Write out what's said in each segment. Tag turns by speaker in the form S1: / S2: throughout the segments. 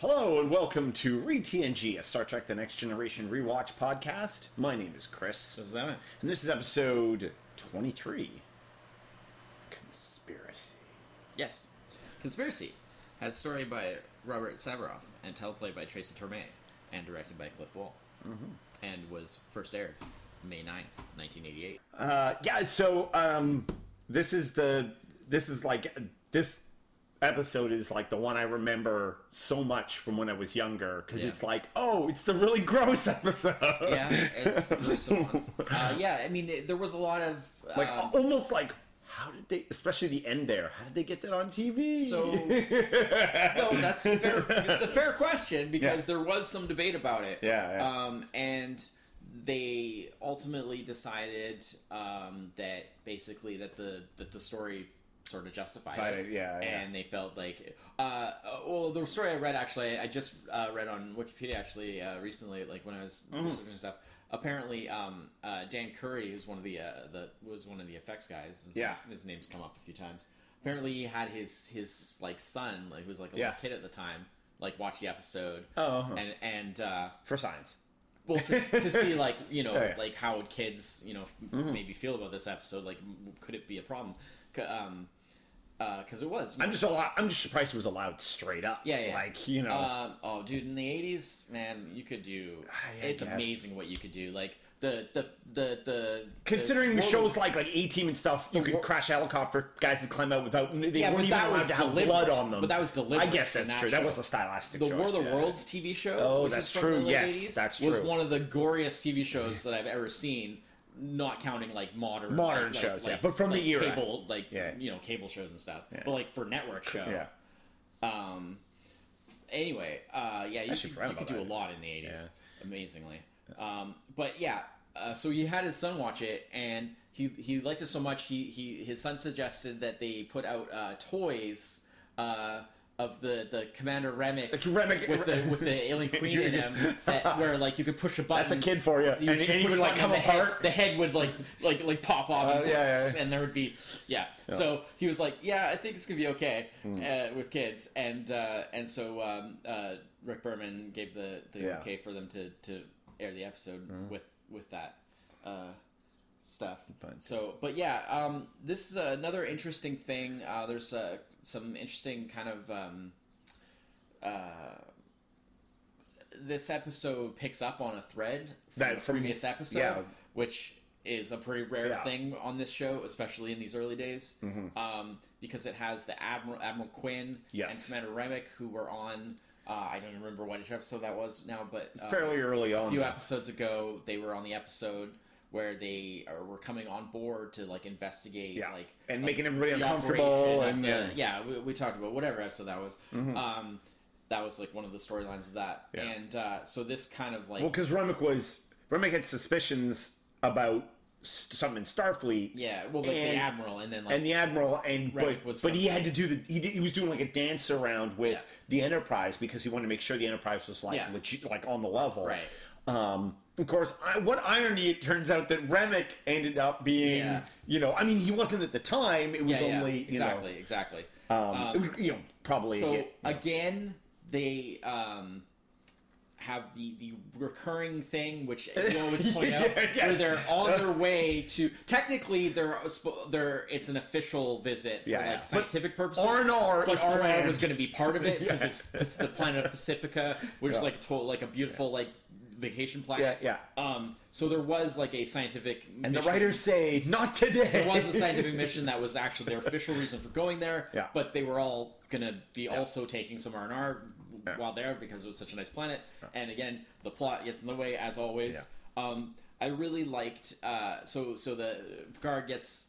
S1: Hello and welcome to ReTNG, a Star Trek The Next Generation rewatch podcast. My name is Chris,
S2: Is that it?
S1: and this is episode 23 Conspiracy.
S2: Yes. Conspiracy has a story by Robert Savaroff and teleplay by Tracy Torme and directed by Cliff Ball. Mm-hmm. And was first aired May 9th, 1988.
S1: Uh, yeah, so um, this is the, this is like, this episode is like the one I remember so much from when I was younger because
S2: Yeah.
S1: it's like, oh, it's the really gross episode.
S2: yeah, it's the gruesome one. Uh, yeah, I mean, it- there was a lot of.
S1: Like,
S2: um,
S1: almost like, how did they, especially the end there, how did they get that on TV?
S2: So no, that's a fair. It's a fair question because there was some debate about it.
S1: Yeah, yeah.
S2: Um, and they ultimately decided um, that basically that the that the story sort of justified
S1: Justified
S2: it.
S1: it, yeah, yeah.
S2: And they felt like, uh, uh, well, the story I read actually, I just uh, read on Wikipedia actually uh, recently, like when I was
S1: Mm-hmm.
S2: researching stuff. Apparently, um, uh, Dan Curry, who's one of the uh, the was one of the effects guys. His-
S1: Yeah.
S2: his name's come up a few times. Apparently, he had his his like son, like who was like a
S1: Yeah.
S2: little kid at the time, like watch the episode.
S1: Oh, uh-huh.
S2: and and uh,
S1: for science.
S2: well, to, to see like you know
S1: Oh, yeah. Mm-hmm.
S2: like how would kids you know f maybe feel about this episode? Like, m- could it be a problem? C- um, because it was. you
S1: I'm
S2: know.
S1: just a lot. I'm just surprised it was allowed straight up.
S2: Yeah, yeah.
S1: Like you know,
S2: Um, oh, dude, in the '80s, man, you could do.
S1: I
S2: it's
S1: guess.
S2: amazing what you could do. Like the the the the
S1: considering the,
S2: world-
S1: shows like like A Team and stuff, you could
S2: wor-
S1: crash helicopter. Guys would climb out without. They
S2: Yeah, but
S1: weren't even
S2: that
S1: allowed
S2: was
S1: to have
S2: deliberate.
S1: blood on them.
S2: But that was
S1: I
S2: deliberate
S1: guess
S2: in
S1: that's
S2: that
S1: true. That
S2: show.
S1: was a stylistic.
S2: The
S1: choice,
S2: War of the
S1: yeah.
S2: Worlds TV show.
S1: Oh,
S2: which
S1: that's
S2: is from the
S1: true.
S2: late
S1: Yes,
S2: 80s,
S1: that's
S2: Was
S1: true.
S2: one of the goriest TV shows that I've ever seen. Not counting like modern
S1: Modern
S2: like, like-
S1: shows, yeah,
S2: like-
S1: but from the
S2: like
S1: era.
S2: cable like
S1: Yeah.
S2: you know cable shows and stuff. But like for network show,
S1: Yeah.
S2: Um. Anyway, uh, yeah, you
S1: Actually,
S2: could,
S1: forgot
S2: you
S1: about
S2: could do a
S1: that.
S2: lot in the eighties, amazingly. Um, but yeah, uh, so he had his son watch it, and he he liked it so much. He he his son suggested that they put out uh, toys. Uh, of the, the Commander Remick,
S1: Remick-
S2: with the with the alien queen in him, that, where like you could push a button.
S1: That's a kid for you.
S2: Um, You
S1: and
S2: just
S1: and he
S2: push
S1: would
S2: a
S1: like
S2: button
S1: come
S2: and the head-
S1: apart.
S2: the head would like like like pop off, and,
S1: Uh, yeah, yeah.
S2: and there would be yeah. So he was like, "Yeah, I think it's gonna be okay uh, with kids," and uh, and so um, uh, Rick Berman gave the, the
S1: Yeah. Mm-hmm.
S2: okay for them to, to air the episode with with that uh, stuff.
S1: But-
S2: So, but yeah, um, this is another interesting thing. Uh, there's uh, some interesting kind of. Um, uh, this episode picks up on a thread from
S1: That-
S2: the
S1: from-
S2: previous episode,
S1: yeah.
S2: which is a pretty rare
S1: Yeah. Mm-hmm.
S2: thing on this show, especially in these early days, um, because it has the Admiral Admiral Quinn
S1: Yes.
S2: and Commander Remick who were on. Uh, I don't remember what episode that was now, but uh,
S1: Fairly early
S2: a
S1: on.
S2: few episodes ago they were on the episode where they uh, were coming on board to like investigate,
S1: yeah.
S2: like
S1: and
S2: like,
S1: making everybody
S2: the
S1: uncomfortable.
S2: operation of
S1: And
S2: the-
S1: yeah.
S2: yeah, we, we talked about whatever episode that was. Um, that was like one of the storylines of that,
S1: Yeah.
S2: and uh, so this kind of like
S1: Well, because Remick was Remick had suspicions about s- something in Starfleet.
S2: yeah, well, like
S1: and-
S2: the admiral, and then like
S1: and the admiral and
S2: Remick
S1: but,
S2: was
S1: but
S2: from-
S1: he had to do the he, did, he was doing like a dance around with
S2: Yeah.
S1: the enterprise because he wanted to make sure the enterprise was like
S2: Yeah.
S1: legit like on the level
S2: Right.
S1: um of course I, what irony it turns out that remick ended up being
S2: Yeah.
S1: you know i mean he wasn't at the time it was
S2: yeah, yeah,
S1: only you
S2: exactly, exactly.
S1: know um, it was, you know probably
S2: so
S1: it-
S2: again, they um, have the, the recurring thing, which you always point out,
S1: Yes.
S2: where they're on their way to. Technically, they're spo- they're it's an official visit for
S1: Yeah,
S2: like
S1: yeah. But
S2: scientific purposes.
S1: R&R
S2: but
S1: was
S2: R&R
S1: planned.
S2: was going to be part of it because
S1: Yes.
S2: it's, it's the planet of Pacifica, which is like a to- like a beautiful like vacation planet.
S1: Yeah,
S2: Um. So there was like a scientific
S1: and the
S2: mission
S1: writers say not today
S2: it was a scientific mission that was actually their official reason for going there.
S1: Yeah.
S2: But they were all gonna be also taking some R and R while there because it was such a nice planet. And again, the plot gets in the way as always. Um, I really liked uh, so so the Picard gets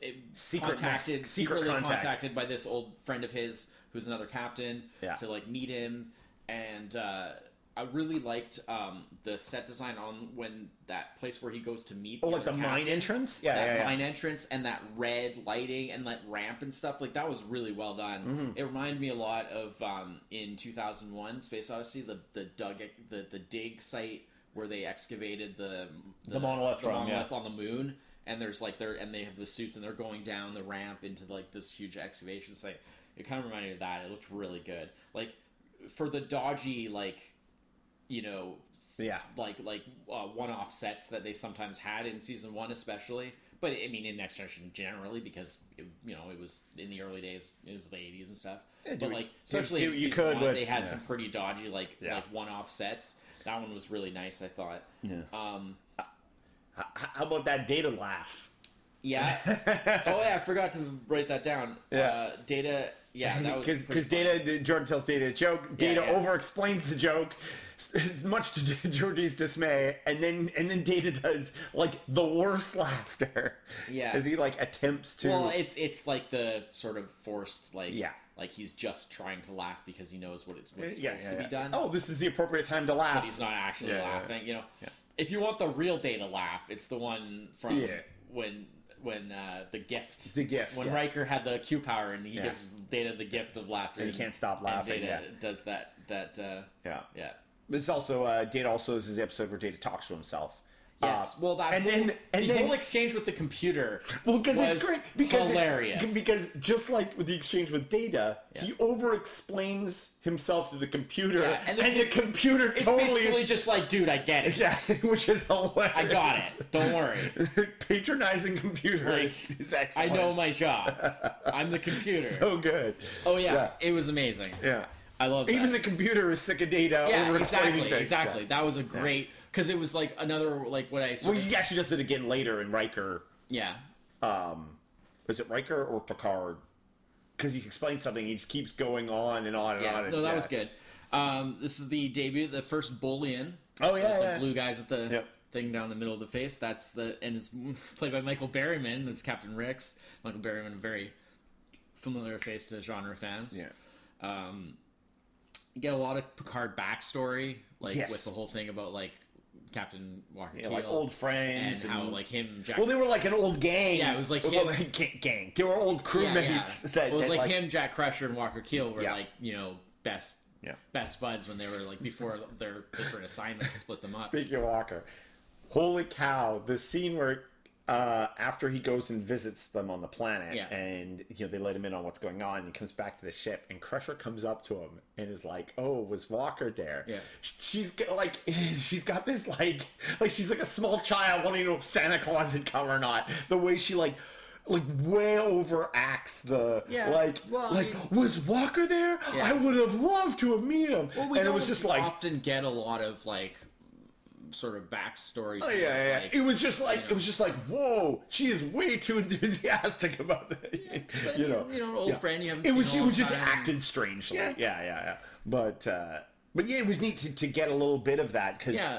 S2: it,
S1: Secret
S2: contacted
S1: mess- secret
S2: secretly
S1: contact.
S2: contacted by this old friend of his who's another captain
S1: Yeah.
S2: to like meet him and. Uh, I really liked um, the set design on when that place where he goes to meet. Oh,
S1: like the mine entrance? Yeah,
S2: that
S1: yeah, yeah.
S2: mine entrance and that red lighting and that ramp and stuff. Like that was really well done.
S1: Mm-hmm.
S2: It reminded me a lot of um, in 2001 Space Odyssey, the the dug the the dig site where they excavated the the,
S1: monolith
S2: the
S1: from, yeah.
S2: monolith on the moon. And there's like they're and they have the suits and they're going down the ramp into like this huge excavation site. It kind of reminded me of that. It looked really good. Like for the dodgy like you know s-
S1: Yeah.
S2: like like uh, one-off sets that they sometimes had in season one especially but i mean in next generation generally because it, you know it was in the early days it was the 80s and stuff
S1: do
S2: but
S1: what-
S2: like
S1: do-
S2: especially
S1: do
S2: in
S1: what you
S2: season
S1: could
S2: one
S1: with-
S2: they had
S1: yeah.
S2: some pretty dodgy like
S1: Yeah.
S2: like one-off sets that one was really nice i thought
S1: Yeah.
S2: um
S1: H- how about that data laugh?
S2: yeah oh yeah i forgot to write that down
S1: Yeah.
S2: uh, data yeah that was
S1: Because
S2: pretty
S1: because data Jordan tells data a joke. Data
S2: yeah.
S1: over explains the joke, s- much to Jordy's dismay, and then and then data does like the worst laughter.
S2: Yeah.
S1: as he like attempts to.
S2: Well, it's it's like the sort of forced like
S1: Yeah.
S2: like he's just trying to laugh because he knows what it's what's
S1: yeah,
S2: supposed
S1: yeah,
S2: to be
S1: yeah.
S2: done.
S1: Oh, this is the appropriate time to laugh.
S2: He's not actually
S1: Yeah, yeah,
S2: laughing, you know. If you want the real data laugh, it's the one from
S1: Yeah.
S2: when when uh, the gift
S1: The gift,
S2: when
S1: yeah.
S2: Riker had the Q power and he
S1: Yeah.
S2: gives Data the gift of laughter
S1: And he can't stop laughing,
S2: Data
S1: yeah.
S2: does that that uh,
S1: Yeah.
S2: yeah.
S1: This is also uh, data. Also, this is the episode where data talks to himself.
S2: Yes,
S1: Uh,
S2: well that
S1: and
S2: whole,
S1: then and
S2: the
S1: then
S2: whole exchange with the computer
S1: Well, because
S2: was
S1: it's great because it-
S2: hilarious
S1: because just like with the exchange with data, he over-explains himself to the computer,
S2: Yeah, and
S1: and
S2: the
S1: the,
S2: com-
S1: computer
S2: it's
S1: totally
S2: basically just like dude I get it
S1: yeah, which is hilarious.
S2: I got it don't worry
S1: it. Patronizing computer
S2: Like,
S1: is, is
S2: I
S1: excellent.
S2: know my job. I'm the computer.
S1: So good.
S2: oh yeah,
S1: yeah.
S2: it was amazing.
S1: Yeah.
S2: I love that.
S1: Even the computer is sick of data.
S2: yeah,
S1: over
S2: exactly,
S1: things.
S2: exactly.
S1: Yeah.
S2: That was a great because it was like another like what I sort
S1: Well,
S2: of-
S1: he actually does it again later in Riker.
S2: yeah
S1: Was it Riker or Picard? Because he explains something, he just keeps going on and on and
S2: yeah.
S1: on. and-
S2: No, that
S1: yeah.
S2: was good. Um, this is the debut, the first bullion.
S1: Oh yeah,
S2: the
S1: yeah.
S2: blue guys with the
S1: Yep.
S2: thing down the middle of the face. That's the and is played by Michael Berryman. It's Captain Rex. Michael Berryman, a very familiar face to genre fans.
S1: Yeah.
S2: You get a lot of Picard backstory, like
S1: Yes.
S2: with the whole thing about like Captain Walker
S1: Yeah,
S2: Keel
S1: like old
S2: and
S1: friends
S2: how like him Jack.
S1: well they were like an old gang
S2: Yeah, it was like
S1: well,
S2: him-
S1: they- gang, gang they were old
S2: yeah, yeah.
S1: crewmates that
S2: Well, it was
S1: that,
S2: like, him, Jack Crusher, and Walker Keel were
S1: Yeah.
S2: like you know best
S1: Yeah.
S2: best buds when they were like before their different assignments split them up.
S1: speaking of Walker holy cow the scene where uh, after he goes and visits them on the planet
S2: Yeah.
S1: and you know they let him in on what's going on he comes back to the ship and Crusher comes up to him and is like oh was Walker there
S2: Yeah.
S1: she's got, like she's got this like like she's like a small child wanting to know if Santa Claus had come or not the way she like like way overacts the
S2: Yeah,
S1: like
S2: well,
S1: like
S2: it-
S1: was Walker there?
S2: Yeah.
S1: I would have loved to have met him.
S2: Well,
S1: and
S2: we
S1: it
S2: don't
S1: was just like,
S2: often get a lot of like sort of backstory.
S1: oh,
S2: sort
S1: yeah,
S2: of,
S1: yeah.
S2: like-
S1: it was just like, it was just like, whoa, she is way too enthusiastic about that.
S2: but,
S1: you know,
S2: you know, an old
S1: Yeah.
S2: friend you haven't
S1: It
S2: seen
S1: was,
S2: in a
S1: she
S2: long
S1: was just
S2: time.
S1: acting strangely.
S2: Yeah.
S1: Yeah, yeah, yeah. But, uh, but yeah, it was neat to, to get a little bit of that because
S2: yeah.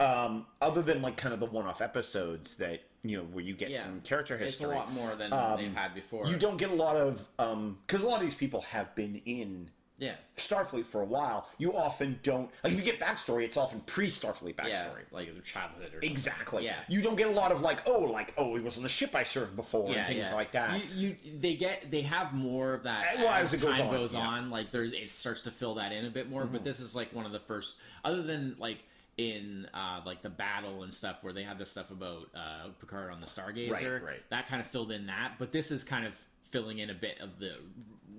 S1: um, other than like kind of the one-off episodes that you know where you get
S2: Yeah.
S1: some character history, Um,
S2: It's a lot more than they've had before.
S1: you don't get a lot of um because a lot of these people have been in
S2: yeah.
S1: Starfleet for a while, you often don't like if you get backstory, it's often pre-Starfleet backstory.
S2: Yeah, like their childhood or something.
S1: Exactly.
S2: Yeah.
S1: You don't get a lot of like, oh, like, oh, it was on the ship I served before and things like that.
S2: You, you, they get, they have more of that.
S1: Uh, well,
S2: as,
S1: as it
S2: time
S1: goes
S2: goes on,
S1: on, yeah. Mm-hmm.
S2: like there's, it starts to fill that in a bit more. But this is like one of the first, other than like in uh, like the battle and stuff where they had the stuff about uh, Picard on the Stargazer.
S1: Right, right.
S2: That kind of filled in that. But this is kind of filling in a bit of the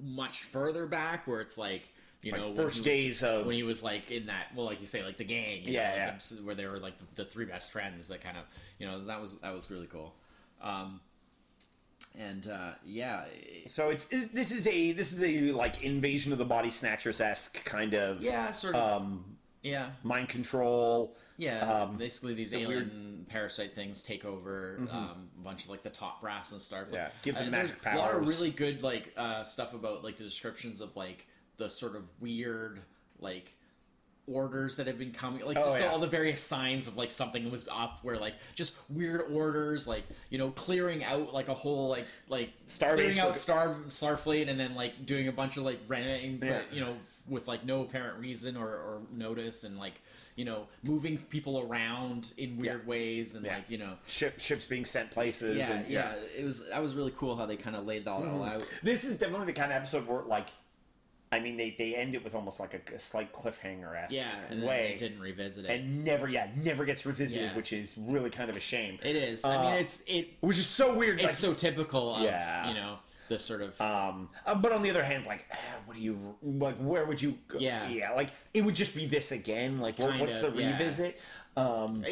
S2: much further back where it's like. You
S1: Like
S2: know, when
S1: first
S2: he was-
S1: days of-
S2: when he was like in that, well, like you say, like the gang, you
S1: Yeah,
S2: know, like
S1: yeah.
S2: the- where they were like the, the three best friends. That kind of, you know, that was that was really cool. Um, and uh, yeah, it-
S1: so it's is, this is a this is a like invasion of the body snatchers esque kind of
S2: yeah, sort of.
S1: Um,
S2: yeah,
S1: mind control.
S2: yeah. basically, these alien
S1: Um, weird- Mm-hmm.
S2: parasite things take over um, a bunch of like the top brass and stuff.
S1: Yeah, give them
S2: Uh, there's
S1: magic
S2: A lot of
S1: powers.
S2: really good like uh, stuff about like the descriptions of like the sort of weird like orders that have been coming like
S1: Oh,
S2: just the-
S1: yeah.
S2: all the various signs of like something was up where like just weird orders like you know clearing out like a whole like like
S1: Starbase
S2: clearing out
S1: was-
S2: star starfleet and then like doing a bunch of like renting but,
S1: Yeah.
S2: you know with like no apparent reason or, or notice and like you know moving people around in weird
S1: Yeah.
S2: ways and
S1: Yeah.
S2: like you know
S1: Ship ships being sent places
S2: yeah,
S1: and
S2: yeah it was that was really cool how they kind of laid that all
S1: Mm.
S2: out
S1: This is definitely the kind of episode where like I mean they, they end it with almost like a, a slight cliffhanger esque
S2: yeah and then
S1: way.
S2: they didn't revisit it
S1: and never yeah never gets revisited
S2: Yeah.
S1: which is really kind of a shame
S2: it is i mean it's it
S1: which is so weird
S2: it's
S1: uh, like,
S2: so typical of
S1: Yeah.
S2: you know the sort of
S1: Um, uh, but on the other hand, like, eh, what do you like? Where would you? Go?
S2: Yeah.
S1: yeah. Like it would just be this again. Like, what-
S2: Kind
S1: what's
S2: of,
S1: the
S2: yeah.
S1: revisit? Um,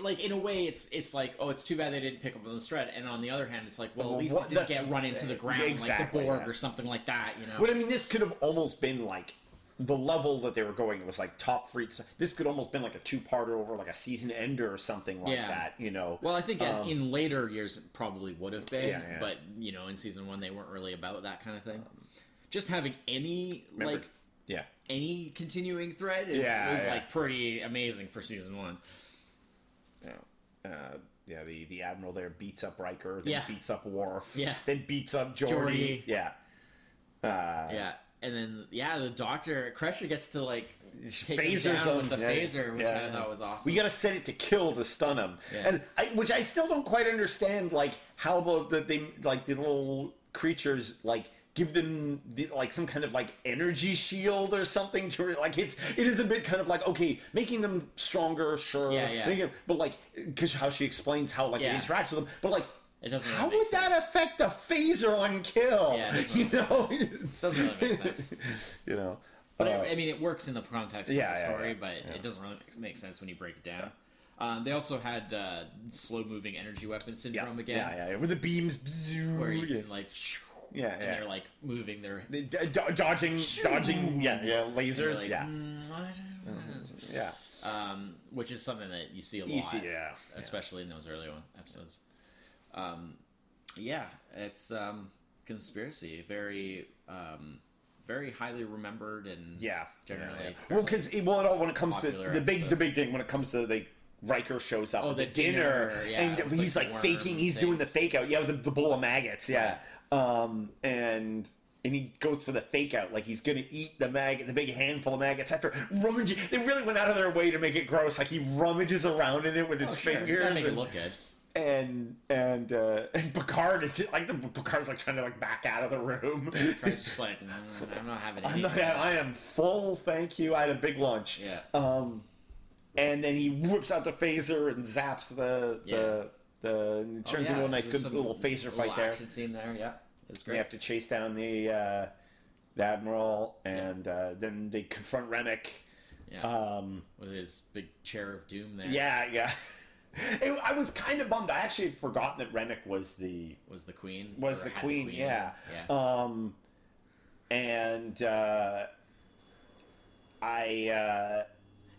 S2: like in a way it's it's like oh it's too bad they didn't pick up on this thread and on the other hand it's like well at least
S1: what
S2: it didn't
S1: the-
S2: get run into the ground
S1: Exactly,
S2: like the Borg
S1: yeah.
S2: or something like that you know
S1: but I mean, this could have almost been like the level that they were going was like top freaks. This could almost been like a two-parter over like a season ender or something like
S2: Yeah.
S1: that. You know.
S2: well I think in- in later years it probably would have been
S1: Um, Yeah, yeah.
S2: but you know in season one they weren't really about that kind of thing just having any
S1: Remember-
S2: like
S1: yeah.
S2: any continuing thread is,
S1: Yeah,
S2: is
S1: yeah.
S2: like pretty amazing for season one
S1: Yeah. Uh, yeah, the, the admiral there beats up Riker, then
S2: Yeah.
S1: beats up Worf,
S2: Yeah.
S1: then beats up Jordy.
S2: Geordi.
S1: Yeah, Uh,
S2: yeah and then yeah the doctor Crusher gets to like take
S1: phasers
S2: him down
S1: him.
S2: with the
S1: Yeah, yeah.
S2: phaser which
S1: Yeah.
S2: I thought was awesome
S1: we got to set it to kill to stun him,
S2: Yeah.
S1: and I, which I still don't quite understand, like how the, the they like the little creatures like give them the, like some kind of like energy shield or something to re- like it's it is a bit kind of like okay making them stronger sure
S2: Yeah, yeah.
S1: making- but like because how she explains how like
S2: Yeah.
S1: it interacts with them but like
S2: It doesn't
S1: how
S2: really
S1: would
S2: make
S1: that affect the phaser on kill
S2: Yeah, it doesn't
S1: you
S2: really
S1: know
S2: doesn't really make sense
S1: you know
S2: But
S1: Uh,
S2: I, I mean, it works in the context
S1: yeah,
S2: of the
S1: yeah,
S2: story,
S1: yeah,
S2: but it doesn't really make sense when you break it down. Um, they also had uh, slow-moving energy weapon
S1: yeah,
S2: syndrome again,
S1: yeah, yeah, yeah, with the beams,
S2: where you
S1: yeah.
S2: can like,
S1: Yeah,
S2: and
S1: yeah.
S2: they're like moving their.
S1: D- d- dodging, dodging, yeah, yeah,
S2: they're
S1: lasers,
S2: like,
S1: yeah, Uh-huh.
S2: "Mm, what?"
S1: yeah,
S2: Um, which is something that you see a lot,
S1: easy, yeah.
S2: especially in those early one episodes. Um, yeah, it's um, conspiracy, very, um, very highly remembered and
S1: Yeah,
S2: generally.
S1: yeah, yeah. Well, because well, it all, when it comes to
S2: popular
S1: the big, the
S2: episode.
S1: big thing when it comes to the Riker shows up
S2: Oh,
S1: at
S2: the
S1: the dinner,
S2: dinner, yeah,
S1: and
S2: with, like,
S1: he's
S2: the
S1: like,
S2: worm
S1: faking, he's doing the
S2: things.
S1: fake out, yeah, the, the bowl of maggots, yeah, um, and. And he goes for the fake out, like he's gonna eat the maggot, the big handful of maggots. After rummaging, they really went out of their way to make it gross. Like he rummages around in it with his
S2: Oh, sure, you
S1: fingers.
S2: gotta make it
S1: and-
S2: look good.
S1: and and uh, and Picard is like the Picard's like trying to like back out of the room.
S2: Christ, just like "Mm, I'm not having
S1: I'm
S2: any.
S1: not, I am full, thank you. I had a big lunch.
S2: yeah.
S1: Um, and then he whips out the phaser and zaps the
S2: Yeah.
S1: the the. And it turns
S2: Oh, yeah,
S1: into a nice good
S2: there's some
S1: little phaser
S2: little
S1: fight there.
S2: Action scene there. Yeah, it's
S1: They
S2: great.
S1: have to chase down the uh, the admiral, and uh, then they confront Remick.
S2: Yeah,
S1: Um,
S2: with his big chair of doom there.
S1: yeah, yeah. It, I was kind of bummed. I actually had forgotten that Remick was the
S2: was the queen.
S1: was
S2: or
S1: the
S2: had
S1: queen, yeah.
S2: Yeah.
S1: Um, and uh, I uh,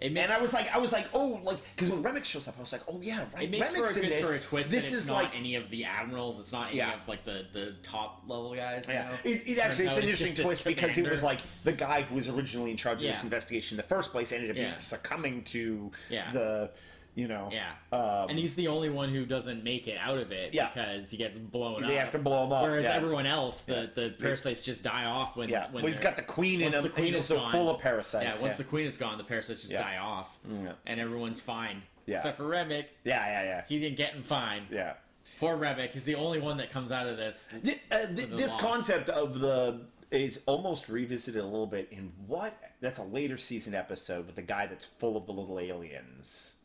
S2: it makes
S1: and I was like, I was like, oh, like because when Remix shows up, I was like, oh yeah, right.
S2: it makes for a
S1: Remic's in
S2: good
S1: this.
S2: sort of twist.
S1: This
S2: that it's
S1: is
S2: not
S1: like.
S2: any of the admirals. It's not any
S1: Yeah.
S2: of like the the top level guys. you
S1: yeah,
S2: know?
S1: it, it actually it's
S2: Turns out
S1: an
S2: just
S1: interesting
S2: this
S1: twist because it was
S2: commander.
S1: like the guy who was originally in charge of
S2: Yeah.
S1: this investigation in the first place ended up
S2: Yeah.
S1: being succumbing to
S2: Yeah.
S1: the, you know,
S2: yeah.
S1: um,
S2: and he's the only one who doesn't make it out of it
S1: Yeah.
S2: because he gets blown up.
S1: they have to blow him up.
S2: Whereas
S1: yeah.
S2: everyone else, the, the parasites just die off when
S1: yeah,
S2: when
S1: well, he's
S2: they're-
S1: got the queen in
S2: once
S1: him.
S2: the queen
S1: he's
S2: is
S1: also
S2: gone-
S1: full of parasites.
S2: Yeah, once the queen is gone, the parasites just
S1: Yeah. Mm,
S2: die off,
S1: Yeah.
S2: and everyone's fine.
S1: Yeah.
S2: Except for Remick,
S1: yeah, yeah, yeah,
S2: he didn't get in fine.
S1: yeah.
S2: Poor Remick, he's the only one that comes out of this.
S1: Th- uh, th-
S2: the
S1: this
S2: loss.
S1: concept of the is almost revisited a little bit in what that's a later season episode with the guy that's full of the little aliens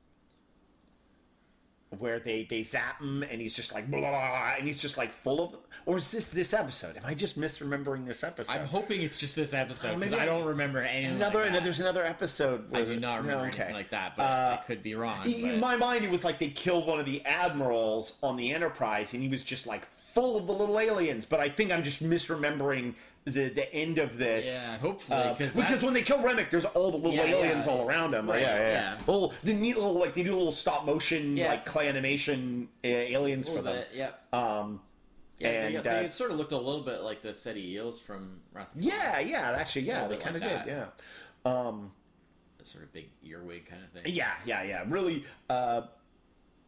S1: where they they zap him and he's just like blah, blah, blah, and he's just like full of them or is this this episode am i just misremembering this episode
S2: I'm hoping it's just this episode because
S1: uh, maybe
S2: I don't remember anything.
S1: another
S2: like
S1: and
S2: that.
S1: there's another episode where
S2: I do not
S1: no, okay.
S2: remember
S1: Uh,
S2: anything like that, but I could be wrong.
S1: in
S2: but-
S1: my mind, it was like they killed one of the admirals on the Enterprise, and he was just like full of the little aliens. But I think I'm just misremembering the the end of this.
S2: Yeah, hopefully,
S1: Uh,
S2: 'cause
S1: because when they kill Remick, there's all the little
S2: Yeah,
S1: aliens
S2: yeah.
S1: all around him.
S2: Right,
S1: yeah, yeah.
S2: yeah.
S1: yeah. The little, the neat little like they do little stop motion
S2: Yeah.
S1: like clay animation uh, aliens for them.
S2: yeah.
S1: Um,
S2: Yeah, they-
S1: and,
S2: they,
S1: uh,
S2: sort of looked a little bit like the SETI eels from Wrath. of Khan,
S1: yeah, yeah, actually, yeah,
S2: A
S1: they
S2: little
S1: kind
S2: bit
S1: of
S2: like
S1: did, yeah.
S2: the sort of big earwig kind of thing.
S1: Yeah, yeah, yeah. Really, uh,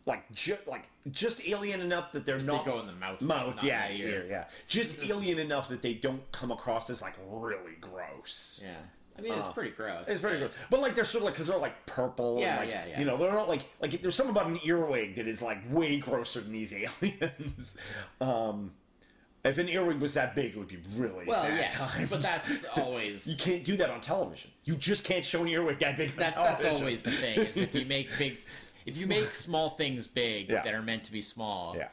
S1: like, ju- like just alien enough that they're not
S2: they go in the mouth.
S1: mouth.
S2: not
S1: Yeah,
S2: in the
S1: ear.
S2: ear.
S1: yeah. Just alien enough that they don't come across as like really gross.
S2: Yeah. I mean, it's pretty gross.
S1: Oh. It's pretty
S2: but-
S1: gross, but like they're sort of like because they're like purple.
S2: Yeah,
S1: and like,
S2: yeah, yeah.
S1: You know, they're not like like there's something about an earwig that is like way grosser than these aliens. Um, if an earwig was that big, it would be really
S2: Well,
S1: bad
S2: yes,
S1: times.
S2: but that's always
S1: you can't do that on television. You just can't show an earwig that big. On
S2: that, that's
S1: television.
S2: always the thing is if you make big if you make small things big
S1: Yeah.
S2: that are meant to be small
S1: Yeah.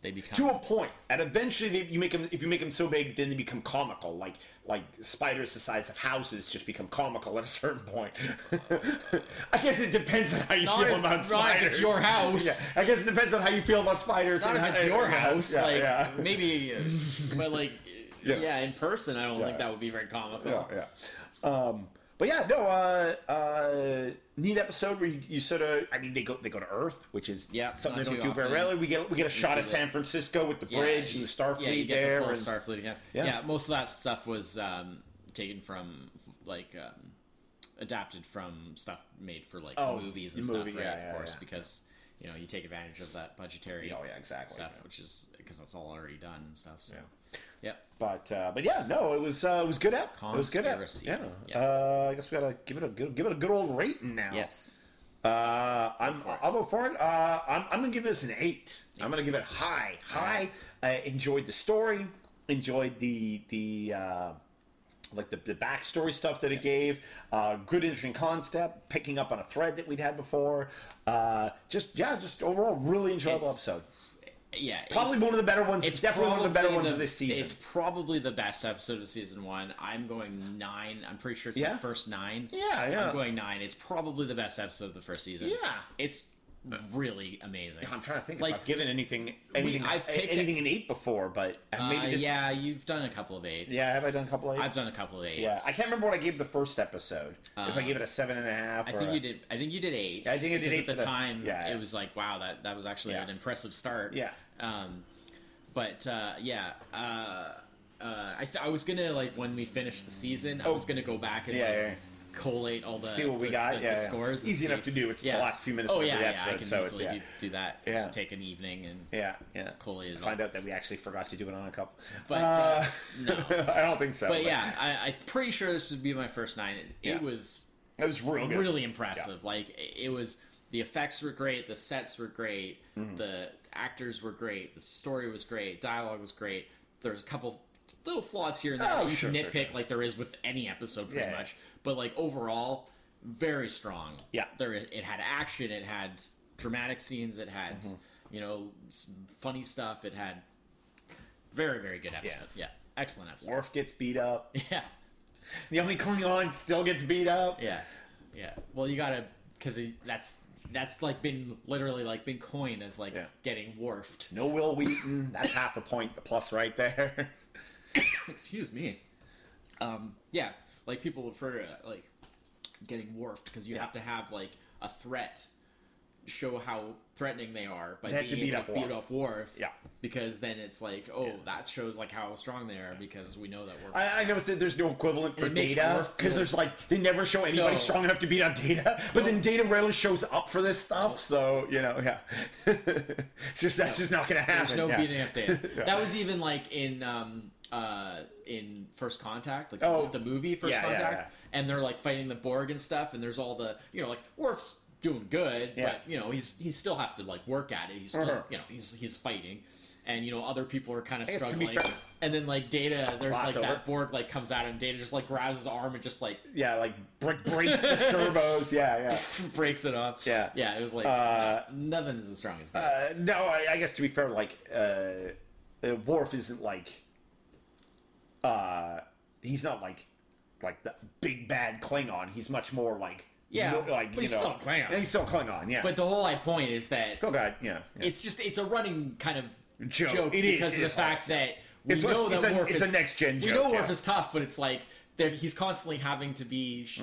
S2: They become
S1: to a point, and eventually they, you make them. If you make them so big, then they become comical. Like like spiders the size of houses just become comical at a certain point. I guess it depends on how you
S2: Not
S1: feel
S2: if-
S1: about
S2: not if
S1: spiders.
S2: it's your house.
S1: Yeah, I guess it depends on how you feel about spiders.
S2: not
S1: and
S2: if
S1: how-
S2: it's your
S1: yeah,
S2: house,
S1: yeah,
S2: like
S1: yeah.
S2: maybe, uh, but like
S1: Yeah.
S2: yeah. in person, I don't
S1: Yeah.
S2: think that would be very comical.
S1: yeah, yeah. Um, but yeah, no. Uh, uh, neat episode where you, you sort of. I mean, they go they go to Earth, which is
S2: Yeah,
S1: something
S2: not
S1: they don't
S2: too
S1: do very
S2: often.
S1: rarely. We get we get a shot
S2: see
S1: of
S2: that.
S1: San Francisco with the bridge
S2: you-
S1: and the Starfleet
S2: yeah, you get
S1: there.
S2: The full
S1: and-
S2: Starfleet, yeah.
S1: Yeah.
S2: yeah, Most of that stuff was um, taken from like um, adapted from stuff made for like
S1: Oh,
S2: movies and
S1: the
S2: stuff,
S1: movie,
S2: right?
S1: yeah, yeah,
S2: of course,
S1: yeah.
S2: because you know you take advantage of that budgetary.
S1: Oh, yeah, exactly,
S2: Stuff
S1: yeah.
S2: which is because that's all already done and stuff. So, yeah.
S1: But uh, but yeah, no, it was uh, it was good app. It was good app.
S2: Conspiracy.
S1: Yeah.
S2: Yes.
S1: Uh, I guess we gotta give it a good give it a good old rating now.
S2: Yes.
S1: Uh, I'm I'll go for it. Uh, I'm I'm gonna give this an eight. I'm gonna give it high, high. I enjoyed the story. Enjoyed the the. Uh, like the, the backstory stuff that it gave, uh, good interesting concept, picking up on a thread that we'd had before. Uh, just yeah, just overall really enjoyable
S2: It's-
S1: episode.
S2: Yeah.
S1: Probably
S2: it's-
S1: one of the better ones. It's definitely one of the better
S2: probably
S1: ones
S2: the-
S1: this season.
S2: It's probably the best episode of season one. I'm going nine. I'm pretty sure it's
S1: Yeah?
S2: the first nine.
S1: Yeah, yeah.
S2: I'm going nine. It's probably the best episode of the first season.
S1: Yeah.
S2: It's really amazing.
S1: I'm trying to think
S2: Like,
S1: if I've given anything anything
S2: I've picked
S1: anything an eight before, but uh,
S2: uh,
S1: maybe this.
S2: yeah, you've done a couple of eights.
S1: yeah, have I done a couple eights?
S2: I've done a couple of eights.
S1: Yeah, I can't remember what I gave the first episode. if I gave it a seven and a half,
S2: I
S1: or
S2: think
S1: a-
S2: you did. I think you did eight.
S1: I think I did
S2: because
S1: eight for
S2: at
S1: the-
S2: the time.
S1: yeah, yeah.
S2: it was like wow, that that was actually
S1: Yeah.
S2: an impressive start.
S1: Yeah.
S2: Um, but uh, yeah, uh, uh, I th- I was gonna like when we finished the season, I was gonna go back and
S1: Oh. Yeah,
S2: like,
S1: yeah.
S2: collate all the
S1: See what we
S2: the-
S1: got?
S2: the, the
S1: Yeah, yeah.
S2: scores. and
S1: Easy
S2: see-
S1: enough to do. It's the last few minutes
S2: Oh
S1: of
S2: yeah,
S1: the
S2: yeah. I
S1: episode,
S2: can
S1: so it's-
S2: easily
S1: yeah.
S2: do, do that.
S1: Yeah.
S2: Just take an evening and.
S1: Yeah, yeah.
S2: Collate it
S1: Find
S2: all.
S1: out that we actually forgot to do it on a couple. Uh,
S2: But uh, no.
S1: I don't think so.
S2: But yeah, I, I'm pretty sure this would be my first nine. It,
S1: Yeah.
S2: it was
S1: it was real good.
S2: really impressive. Like it- it was the effects were great, the sets were great,
S1: Mm-hmm.
S2: the actors were great, the story was great, dialogue was great. There's a couple little flaws here and there
S1: Oh,
S2: that you
S1: sure,
S2: can
S1: sure,
S2: nitpick like there is with any episode pretty
S1: Yeah, yeah.
S2: much. But like overall, very strong.
S1: Yeah.
S2: There it had action, it had dramatic scenes, it had
S1: Mm-hmm.
S2: you know some funny stuff, it had very very good episode. Yeah. Excellent episode.
S1: Worf gets beat up.
S2: Yeah.
S1: The only Klingon still gets beat up.
S2: Yeah, yeah. Well, you gotta because that's that's like been literally like been coined as like
S1: Yeah.
S2: getting wharfed.
S1: No Will Wheaton. That's half a point plus right there.
S2: Excuse me. Um. Yeah. Like people refer to it, like getting wharfed because you have to have like a threat show how threatening they are by
S1: They have to
S2: being
S1: beat
S2: able
S1: up
S2: to beat
S1: Worf.
S2: up wharf.
S1: Yeah.
S2: Because then it's like, oh, that shows like how strong they are because we know that we're.
S1: I, I know that there's no equivalent for
S2: It makes
S1: data
S2: Worf
S1: because
S2: feel-
S1: there's like they never show anybody
S2: No.
S1: strong enough to beat up data, but then data rarely shows up for this stuff. So you know, yeah, it's just that's just not gonna happen.
S2: There's no
S1: yeah.
S2: beating up Dan. That was even like in um uh in First Contact, like
S1: Oh.
S2: the movie First
S1: Yeah, yeah,
S2: Contact,
S1: yeah.
S2: and they're like fighting the Borg and stuff, and there's all the you know like Worf's doing good,
S1: Yeah.
S2: but you know he's he still has to like work at it. He's still
S1: Uh-huh.
S2: you know he's he's fighting. And you know other people are kind of
S1: guess to be
S2: struggling,
S1: fair-
S2: and then like Data, there's
S1: Lots
S2: like
S1: of work.
S2: that Borg like comes out, and Data just like grabs his arm and just like
S1: Yeah, like break, breaks the servos. Yeah, yeah.
S2: breaks it off.
S1: Yeah.
S2: yeah, it was like nothing is as strong as that.
S1: Uh, no, I, I guess to be fair, like uh, uh, Worf isn't like uh, he's not like like the big bad Klingon. He's much more like
S2: Yeah,
S1: no- like
S2: but
S1: you
S2: he's
S1: know,
S2: still Klingon.
S1: Yeah, He's still Klingon. Yeah,
S2: but the whole point is that
S1: still got yeah. yeah.
S2: it's just it's a running kind of
S1: Joke.
S2: joke,
S1: It is,
S2: because
S1: it
S2: of the
S1: is
S2: fact that we
S1: It's a-
S2: know
S1: it's
S2: that
S1: a-
S2: Worf
S1: it's a
S2: is
S1: next-gen
S2: We
S1: joke,
S2: know Worf
S1: yeah.
S2: is tough, but it's like there- he's constantly having to be sh-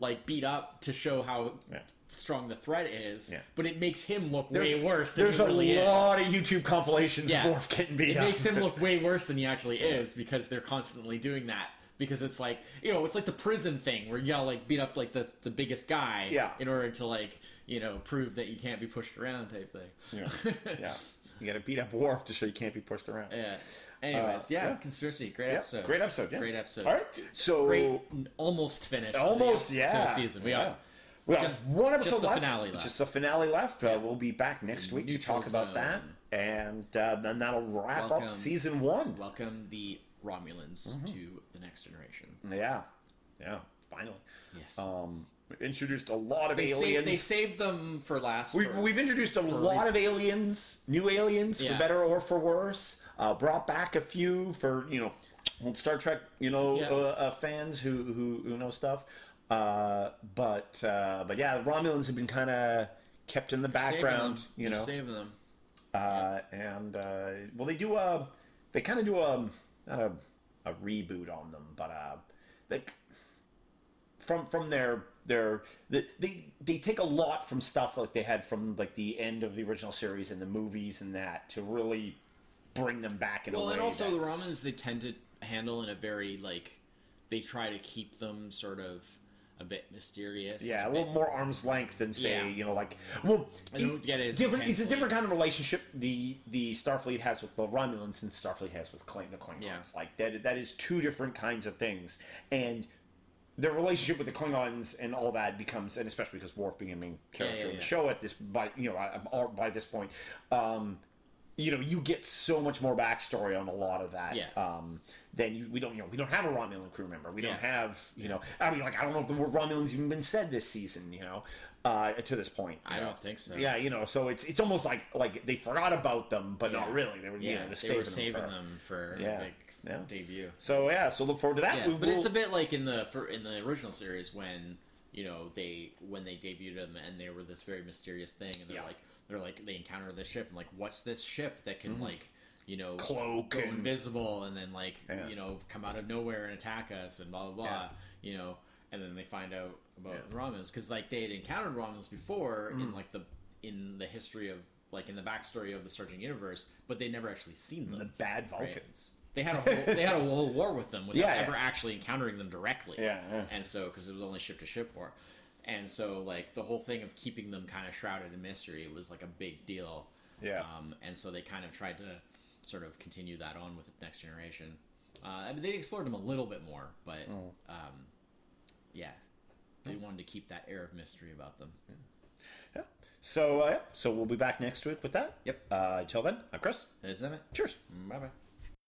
S2: like beat up to show how
S1: Mm-hmm. Yeah.
S2: strong the threat is.
S1: Yeah.
S2: But it makes him look
S1: There's-
S2: way worse. Than
S1: There's
S2: he really
S1: a
S2: is.
S1: lot of YouTube compilations
S2: Yeah.
S1: of Worf getting beat
S2: It
S1: up.
S2: makes him look way worse than he actually is because they're constantly doing that. Because it's like you know, it's like the prison thing where you gotta like beat up like the the biggest guy
S1: Yeah.
S2: in order to like you know prove that you can't be pushed around type thing.
S1: yeah. yeah, you gotta beat up Worf to show you can't be pushed around.
S2: Yeah. Anyways, yeah,
S1: Uh, yeah.
S2: conspiracy, great
S1: Yeah,
S2: episode,
S1: great episode. Yeah,
S2: great episode.
S1: All right, so
S2: Great, n- almost finished. to the-
S1: almost
S2: to the,
S1: yeah
S2: season. We
S1: yeah.
S2: are
S1: we got
S2: just-
S1: one
S2: just
S1: episode
S2: the
S1: left.
S2: finale left.
S1: Just the finale left. Uh, we'll be back next week to
S2: Neutral
S1: talk about that,
S2: zone.
S1: and uh, then that'll wrap
S2: Welcome.
S1: up season one. Mm-hmm.
S2: welcome the Romulans to the next generation.
S1: Yeah, yeah. finally.
S2: Yes.
S1: Um, we introduced a lot of
S2: they, saved, they
S1: aliens.
S2: saved them for last.
S1: We've,
S2: for-
S1: we've introduced a lot of aliens, new aliens,
S2: Yeah.
S1: for better or for worse. Uh, brought back a few for you know, old Star Trek you know
S2: Yeah.
S1: uh, uh, fans who, who who know stuff. Uh, but uh, but yeah, Romulans have been kind of kept in the
S2: saving
S1: background,
S2: them.
S1: you
S2: They're
S1: know.
S2: saving them.
S1: Uh, and uh, well, they do a they kind of do a not a, a reboot on them, but uh, they from from their their the, they they take a lot from stuff like they had from like the end of the original series and the movies and that to really bring them back in a
S2: Well,
S1: way.
S2: and also the
S1: that's-
S2: ramens they tend to handle in a very like they try to keep them sort of a bit mysterious.
S1: Yeah, a
S2: a
S1: little more arm's length than say,
S2: Yeah.
S1: you know, like well,
S2: I don't get it as
S1: different. It's a
S2: intensely.
S1: different kind of relationship the the Starfleet has with the Romulans and Starfleet has with Kling, the Klingons.
S2: Yeah.
S1: Like that, that is two different kinds of things, and their relationship with the Klingons and all that becomes, and especially because Worf being a main character
S2: yeah,
S1: in
S2: yeah.
S1: the show at this by you know I- I'm- by this point, um, you know you get so much more backstory on a lot of that.
S2: Yeah.
S1: Um, then you, we don't you know we don't have a Romulan crew member. We don't
S2: Yeah.
S1: have you know I mean like I don't know if the word Romulan's even been said this season. You know, uh, to this point. you
S2: I
S1: know.
S2: don't think so.
S1: Yeah, you know, so it's it's almost like like they forgot about them, but not
S2: Yeah.
S1: really. They were you know
S2: Yeah,
S1: they're
S2: they
S1: saving,
S2: were saving
S1: them. for-
S2: them for,
S1: Yeah.
S2: like
S1: Yeah.
S2: debut.
S1: So yeah, so look forward to that.
S2: Yeah,
S1: We
S2: but it's
S1: will-
S2: a bit like in the for, in the original series when you know they when they debuted them and they were this very mysterious thing and they're
S1: Yeah.
S2: like they're like they encounter this ship and like what's this ship that can like you know
S1: Mm-hmm. Cloak
S2: go
S1: and-
S2: invisible and then like
S1: Yeah.
S2: you know come out of nowhere and attack us and blah blah blah
S1: Yeah.
S2: you know and then they find out about Romulans because like they had encountered Romulans before
S1: Mm.
S2: in like the in the history of like in the backstory of the Searching Universe but they never actually seen them
S1: the bad
S2: right?
S1: Vulcans.
S2: They had a whole, they had a whole war with them without
S1: Yeah, yeah.
S2: ever actually encountering them directly.
S1: Yeah, yeah.
S2: And so, because it was only ship to ship war, and so like the whole thing of keeping them kind of shrouded in mystery was like a big deal.
S1: Yeah.
S2: Um, and so they kind of tried to sort of continue that on with Next Generation. Uh, I mean, they explored them a little bit more, but
S1: Mm.
S2: um, yeah, they wanted to keep that air of mystery about them.
S1: So uh, yeah, so we'll be back next week with that.
S2: Yep.
S1: Uh, till then, I'm Chris.
S2: Is that it?
S1: Cheers.
S2: Bye bye.